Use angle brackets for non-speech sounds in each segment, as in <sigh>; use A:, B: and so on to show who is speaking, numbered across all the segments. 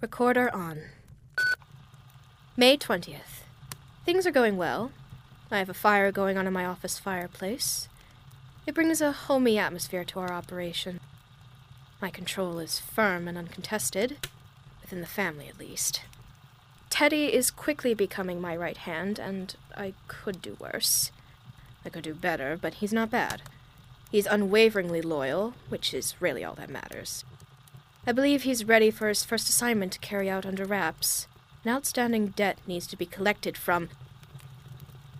A: Recorder on. May 20th. Things are going well. I have a fire going on in my office fireplace. It brings a homey atmosphere to our operation. My control is firm and uncontested, within the family at least. Teddy is quickly becoming my right hand, and I could do worse. I could do better, but he's not bad. He's unwaveringly loyal, which is really all that matters. I believe he's ready for his first assignment to carry out under wraps. An outstanding debt needs to be collected from.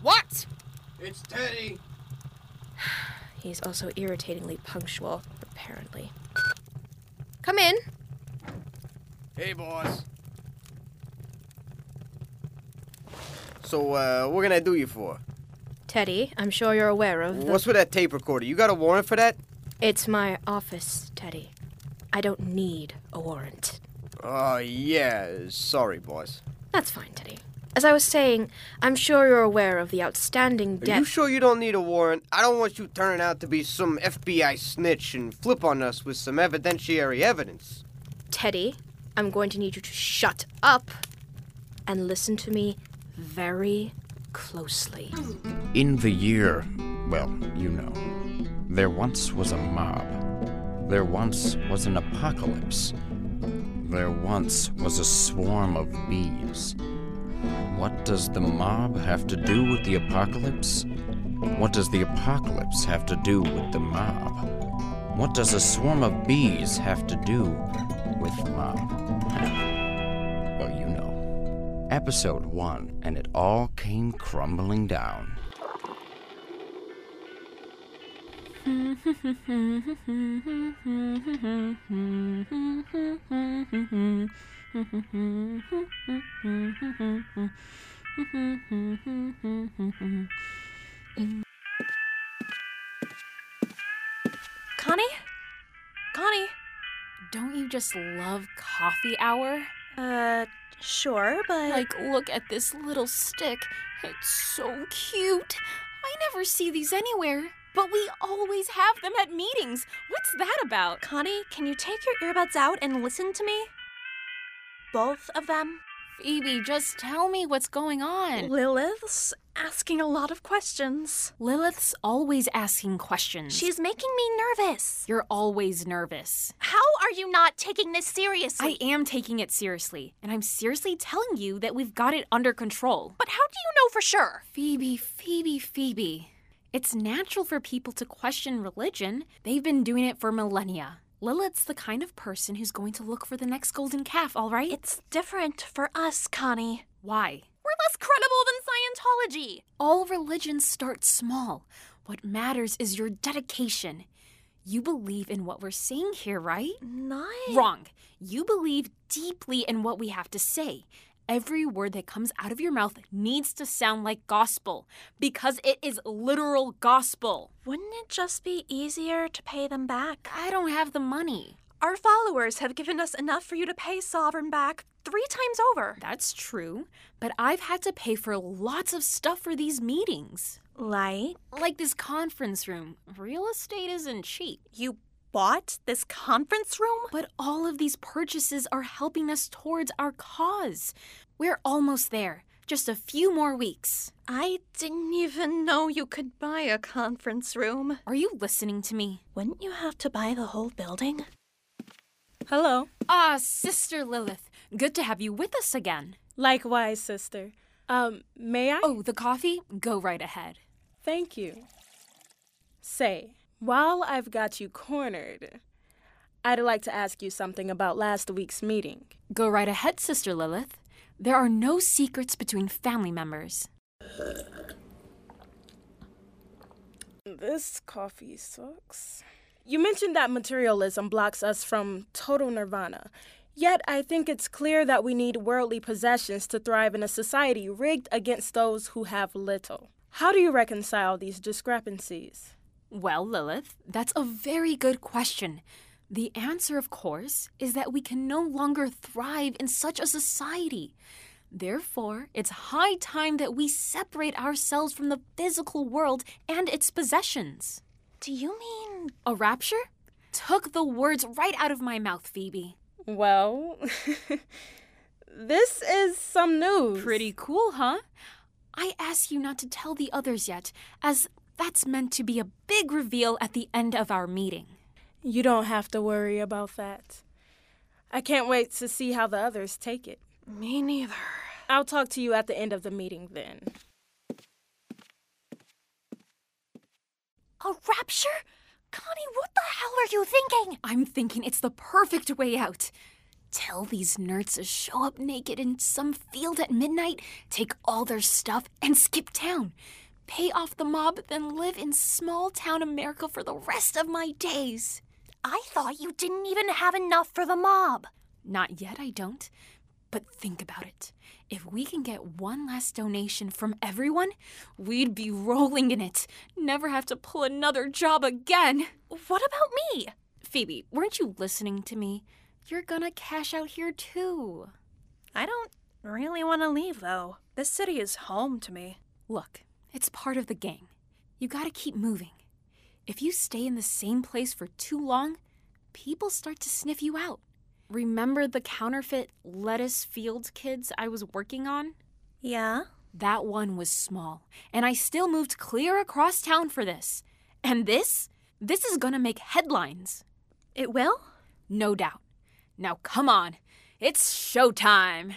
A: What?
B: It's Teddy.
A: He's also irritatingly punctual, apparently. Come in.
B: Hey, boss. So, uh, what can I do you for?
A: Teddy, I'm sure you're aware of. The...
B: What's with that tape recorder? You got a warrant for that?
A: It's my office, Teddy. I don't need a warrant.
B: Oh, yeah. Sorry, boss.
A: That's fine, Teddy. As I was saying, I'm sure you're aware of the outstanding
B: Are
A: debt.
B: you sure you don't need a warrant? I don't want you turning out to be some FBI snitch and flip on us with some evidentiary evidence.
A: Teddy, I'm going to need you to shut up and listen to me very closely.
C: In the year, well, you know, there once was a mob. There once was an apocalypse. There once was a swarm of bees. What does the mob have to do with the apocalypse? What does the apocalypse have to do with the mob? What does a swarm of bees have to do with the mob? Well, you know. Episode 1, and it all came crumbling down.
D: Connie? Connie?
E: Don't you just love coffee hour?
D: Uh, sure, but.
E: Like, look at this little stick. It's so cute. I never see these anywhere, but we always have them at meetings. What's that about?
D: Connie, can you take your earbuds out and listen to me? Both of them?
E: Phoebe, just tell me what's going on.
D: Lilith's asking a lot of questions.
E: Lilith's always asking questions.
D: She's making me nervous.
E: You're always nervous.
D: How are you not taking this seriously?
E: I am taking it seriously, and I'm seriously telling you that we've got it under control.
D: But how do you know for sure?
E: Phoebe, Phoebe, Phoebe. It's natural for people to question religion. They've been doing it for millennia. Lilith's the kind of person who's going to look for the next golden calf, all right?
D: It's different for us, Connie.
E: Why?
D: We're less credible than Scientology.
E: All religions start small. What matters is your dedication. You believe in what we're saying here, right?
D: Not.
E: Wrong. You believe deeply in what we have to say. Every word that comes out of your mouth needs to sound like gospel because it is literal gospel.
D: Wouldn't it just be easier to pay them back?
E: I don't have the money.
D: Our followers have given us enough for you to pay Sovereign back three times over.
E: That's true, but I've had to pay for lots of stuff for these meetings.
D: Like,
E: Like this conference room. Real estate isn't cheap.
D: you bought this conference room?
E: But all of these purchases are helping us towards our cause. We're almost there. Just a few more weeks.
D: I didn't even know you could buy a conference room.
E: Are you listening to me?
D: Wouldn't you have to buy the whole building?
F: Hello.
E: Ah, Sister Lilith. Good to have you with us again.
F: Likewise, sister. Um, may I?
E: Oh, the coffee? Go right ahead.
F: Thank you. Say, while I've got you cornered, I'd like to ask you something about last week's meeting.
E: Go right ahead, Sister Lilith. There are no secrets between family members.
F: This coffee sucks. You mentioned that materialism blocks us from total nirvana. Yet, I think it's clear that we need worldly possessions to thrive in a society rigged against those who have little. How do you reconcile these discrepancies?
E: Well, Lilith, that's a very good question. The answer, of course, is that we can no longer thrive in such a society. Therefore, it's high time that we separate ourselves from the physical world and its possessions.
D: Do you mean
E: A rapture? Took the words right out of my mouth, Phoebe.
F: Well, <laughs> this is some news.
E: Pretty cool, huh? I asked you not to tell the others yet, as that's meant to be a big reveal at the end of our meeting.
F: You don't have to worry about that. I can't wait to see how the others take it.
G: Me neither.
F: I'll talk to you at the end of the meeting then.
D: A rapture? Connie, what the hell are you thinking?
E: I'm thinking it's the perfect way out. Tell these nerds to show up naked in some field at midnight, take all their stuff, and skip town. Pay off the mob, then live in small town America for the rest of my days.
D: I thought you didn't even have enough for the mob.
E: Not yet, I don't. But think about it. If we can get one last donation from everyone, we'd be rolling in it. Never have to pull another job again.
D: What about me?
E: Phoebe, weren't you listening to me? You're gonna cash out here too.
G: I don't really want to leave, though. This city is home to me.
E: Look, it's part of the gang. You gotta keep moving. If you stay in the same place for too long, people start to sniff you out. Remember the counterfeit lettuce field kids I was working on?
G: Yeah?
E: That one was small, and I still moved clear across town for this. And this? This is gonna make headlines.
G: It will?
E: No doubt. Now come on, it's showtime.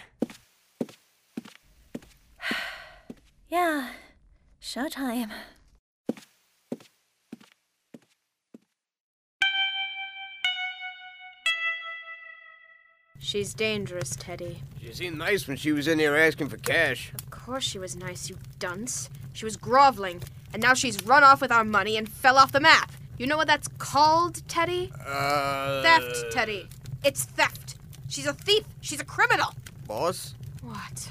G: Yeah. Showtime.
A: She's dangerous, Teddy.
B: She seemed nice when she was in there asking for cash.
A: Of course she was nice, you dunce. She was groveling, and now she's run off with our money and fell off the map. You know what that's called, Teddy?
B: Uh.
A: Theft, Teddy. It's theft. She's a thief. She's a criminal.
B: Boss,
A: What?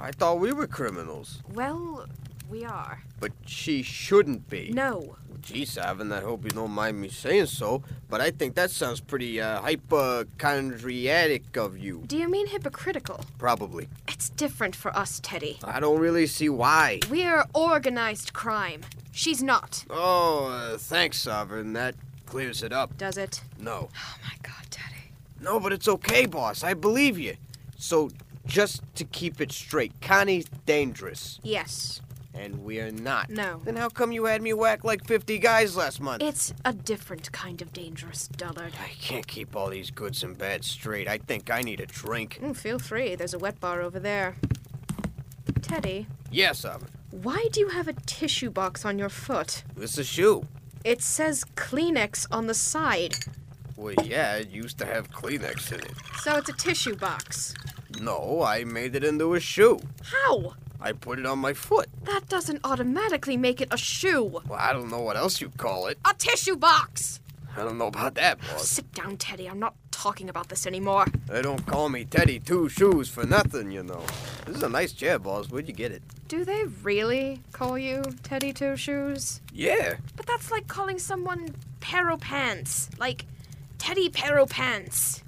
B: I thought we were criminals,
A: Well, we are.
B: but she shouldn't be.
A: No.
B: Geez, Ivan, I hope you don't mind me saying so, but I think that sounds pretty uh, hypochondriatic of you,
A: Do you mean hypocritical?
B: probably.
A: It's different for us, Teddy.
B: I don't really see why.
A: We're organized crime. She's not.
B: Oh, uh, thanks, Sovereign. That clears it up.
A: Does it?
B: No.
A: Oh my god, Teddy.
B: No, but it's okay, boss. I believe you. So, just to keep it straight, Connie's dangerous,
A: Yes.
B: and we're not.
A: No.
B: Then how come you had me whack like 50 guys last month?
A: It's a different kind of dangerous, Dullard.
B: I can't keep all these goods and bads straight. I think I need a drink.
A: Mm, feel free. There's a wet bar over there. Teddy,
B: Yes, uh, Sovereign.
A: why do you have a tissue box on your foot?
B: It's a shoe.
A: It says Kleenex on the side,
B: Well, yeah, it used to have Kleenex in it.
A: so it's a tissue box.
B: No, I made it into a shoe.
A: How?
B: I put it on my foot.
A: That doesn't automatically make it a shoe.
B: Well, I don't know what else you call it.
A: A tissue box!
B: I don't know about that, boss.
A: Sit down, Teddy. I'm not talking about this anymore.
B: They don't call me Teddy Two Shoes for nothing, you know. This is a nice chair, boss. Where'd you get it?
A: Do they really call you Teddy Two Shoes?
B: Yeah.
A: But that's like calling someone Pero Pants. Like, Teddy Pero Pants.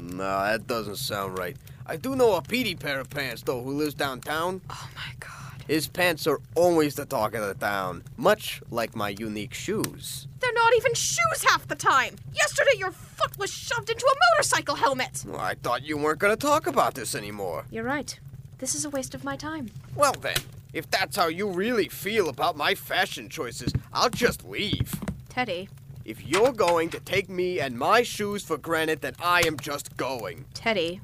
B: No, that doesn't sound right. I do know a Petey pair of pants, though, who lives downtown.
A: Oh my god.
B: His pants are always the talk of the town, much like my unique shoes.
A: They're not even shoes half the time! Yesterday your foot was shoved into a motorcycle helmet!
B: Well, I thought you weren't going to talk about this anymore.
A: You're right. This is a waste of my time.
B: Well, then, if that's how you really feel about my fashion choices, I'll just leave.
A: Teddy,
B: If you're going to take me and my shoes for granted, then I am just going.
A: Teddy,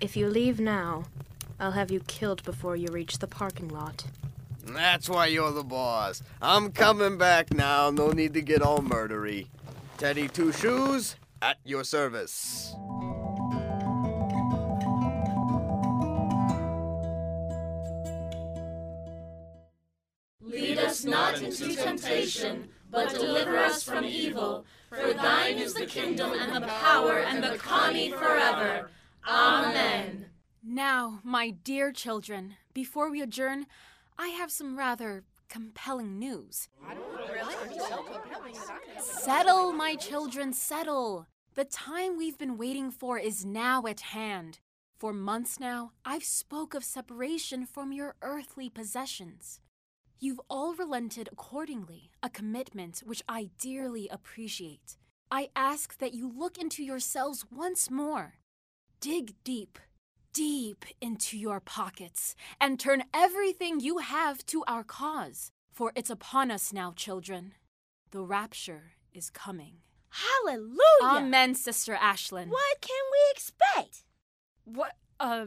A: if you leave now, I'll have you killed before you reach the parking lot.
B: That's why you're the boss. I'm coming back now. No need to get all murdery. Teddy Two Shoes, at your service.
E: Now, my dear children, before we adjourn, I have some rather compelling news. Settle, my children, settle. The time we've been waiting for is now at hand. For months now, I've spoke of separation from your earthly possessions. You've all relented accordingly, a commitment which I dearly appreciate. I ask that you look into yourselves once more. dig deep, deep into your pockets, and turn everything you have to our cause, for it's upon us now, children. The rapture is coming.
H: Hallelujah!
E: Oh, Amen, Sister Ashlyn.
H: What can we expect?
E: What, uh,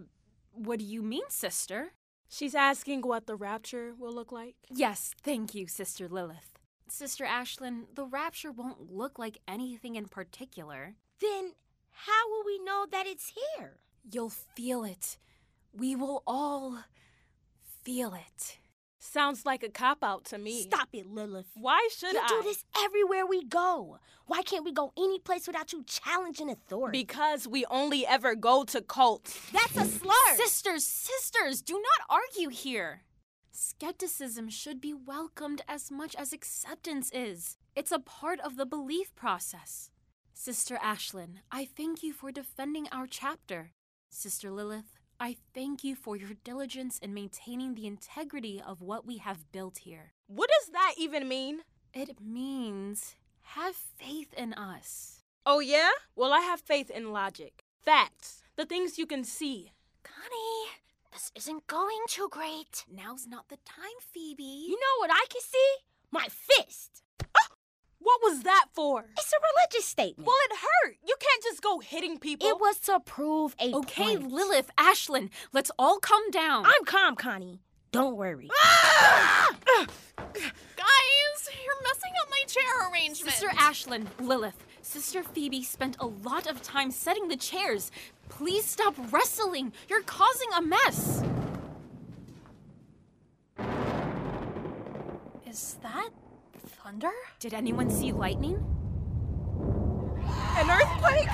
E: what do you mean, Sister?
F: She's asking what the rapture will look like.
E: Yes, thank you, Sister Lilith. Sister Ashlyn, the rapture won't look like anything in particular.
H: Then how will we know that it's here?
E: You'll feel it. We will all feel it.
F: Sounds like a cop out to me.
H: Stop it, Lilith.
F: Why should
H: you
F: I?
H: do this everywhere we go. Why can't we go any place without you challenging authority?
F: Because we only ever go to cults.
H: That's a slur.
E: Sisters, sisters, do not argue here. Skepticism should be welcomed as much as acceptance is. It's a part of the belief process. Sister Ashlyn, I thank you for defending our chapter. Sister Lilith, I thank you for your diligence in maintaining the integrity of what we have built here.
F: What does that even mean?
E: It means have faith in us.
F: Oh, yeah? Well, I have faith in logic, facts, the things you can see.
H: Connie, this isn't going too great.
E: Now's not the time, Phoebe.
H: You know what I can see? My fist.
F: Ah! What was that for?
H: It's a religious statement.
F: Well, it hurt. You can't just go hitting people.
H: it was to prove a
E: okay,
H: point.
E: Lilith, Ashlyn, let's all calm down.
H: I'm calm, Connie. Don't worry.
I: Guys, you're messing up my chair arrangement.
E: Sister Ashlyn, Lilith, Sister Phoebe spent a lot of time setting the chairs. Please stop wrestling. You're causing a mess.
G: Is that thunder?
E: Did anyone see lightning?
F: An earthquake?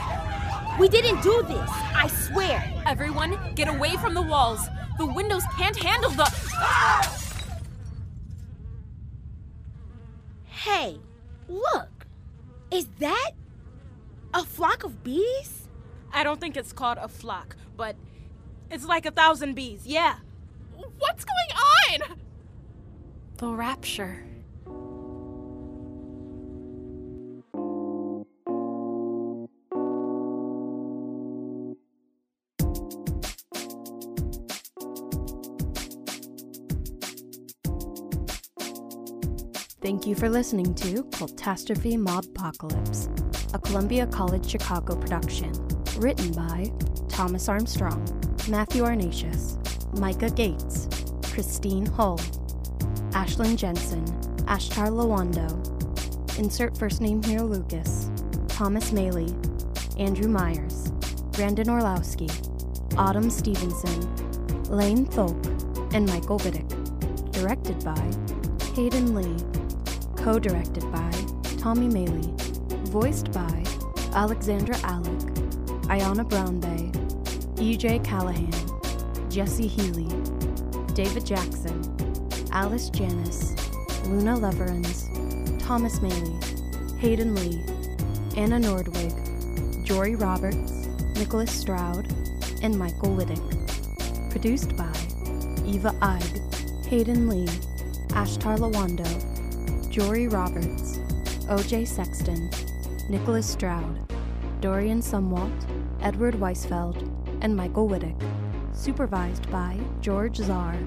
H: We didn't do this. I swear.
E: Everyone, get away from the walls. The windows can't handle the.
H: Hey, look. Is that a flock of bees?
F: I don't think it's called a flock, but it's like a thousand bees. Yeah.
I: What's going on?
E: The rapture.
J: Thank you for listening to Cultastrophe Mobpocalypse, a Columbia College Chicago production, written by Thomas Armstrong, Matthew Arnatius, Micah Gates, Christine Hull, Ashlyn Jensen, Ashtar Lawando, insert first name here Lucas, Thomas Maley, Andrew Myers, Brandon Orlowski, Autumn Stevenson, Lane Thulp, and Michael Wittick. Directed by Hayden Lee co directed by Tommy Maley, voiced by Alexandra Alec, Ayana Brownbay, EJ Callahan, Jesse Healy, David Jackson, Alice Janis, Luna Leverins, Thomas Maley, Hayden Lee, Anna Nordwig, Jory Roberts, Nicholas Stroud, and Michael Wittick. Produced by Eva Eig, Hayden Lee, Ashtar Lawando, Jory Roberts, OJ Sexton, Nicholas Stroud, Dorian Sumwalt, Edward Weisfeld, and Michael Wittick. Supervised by George Czar.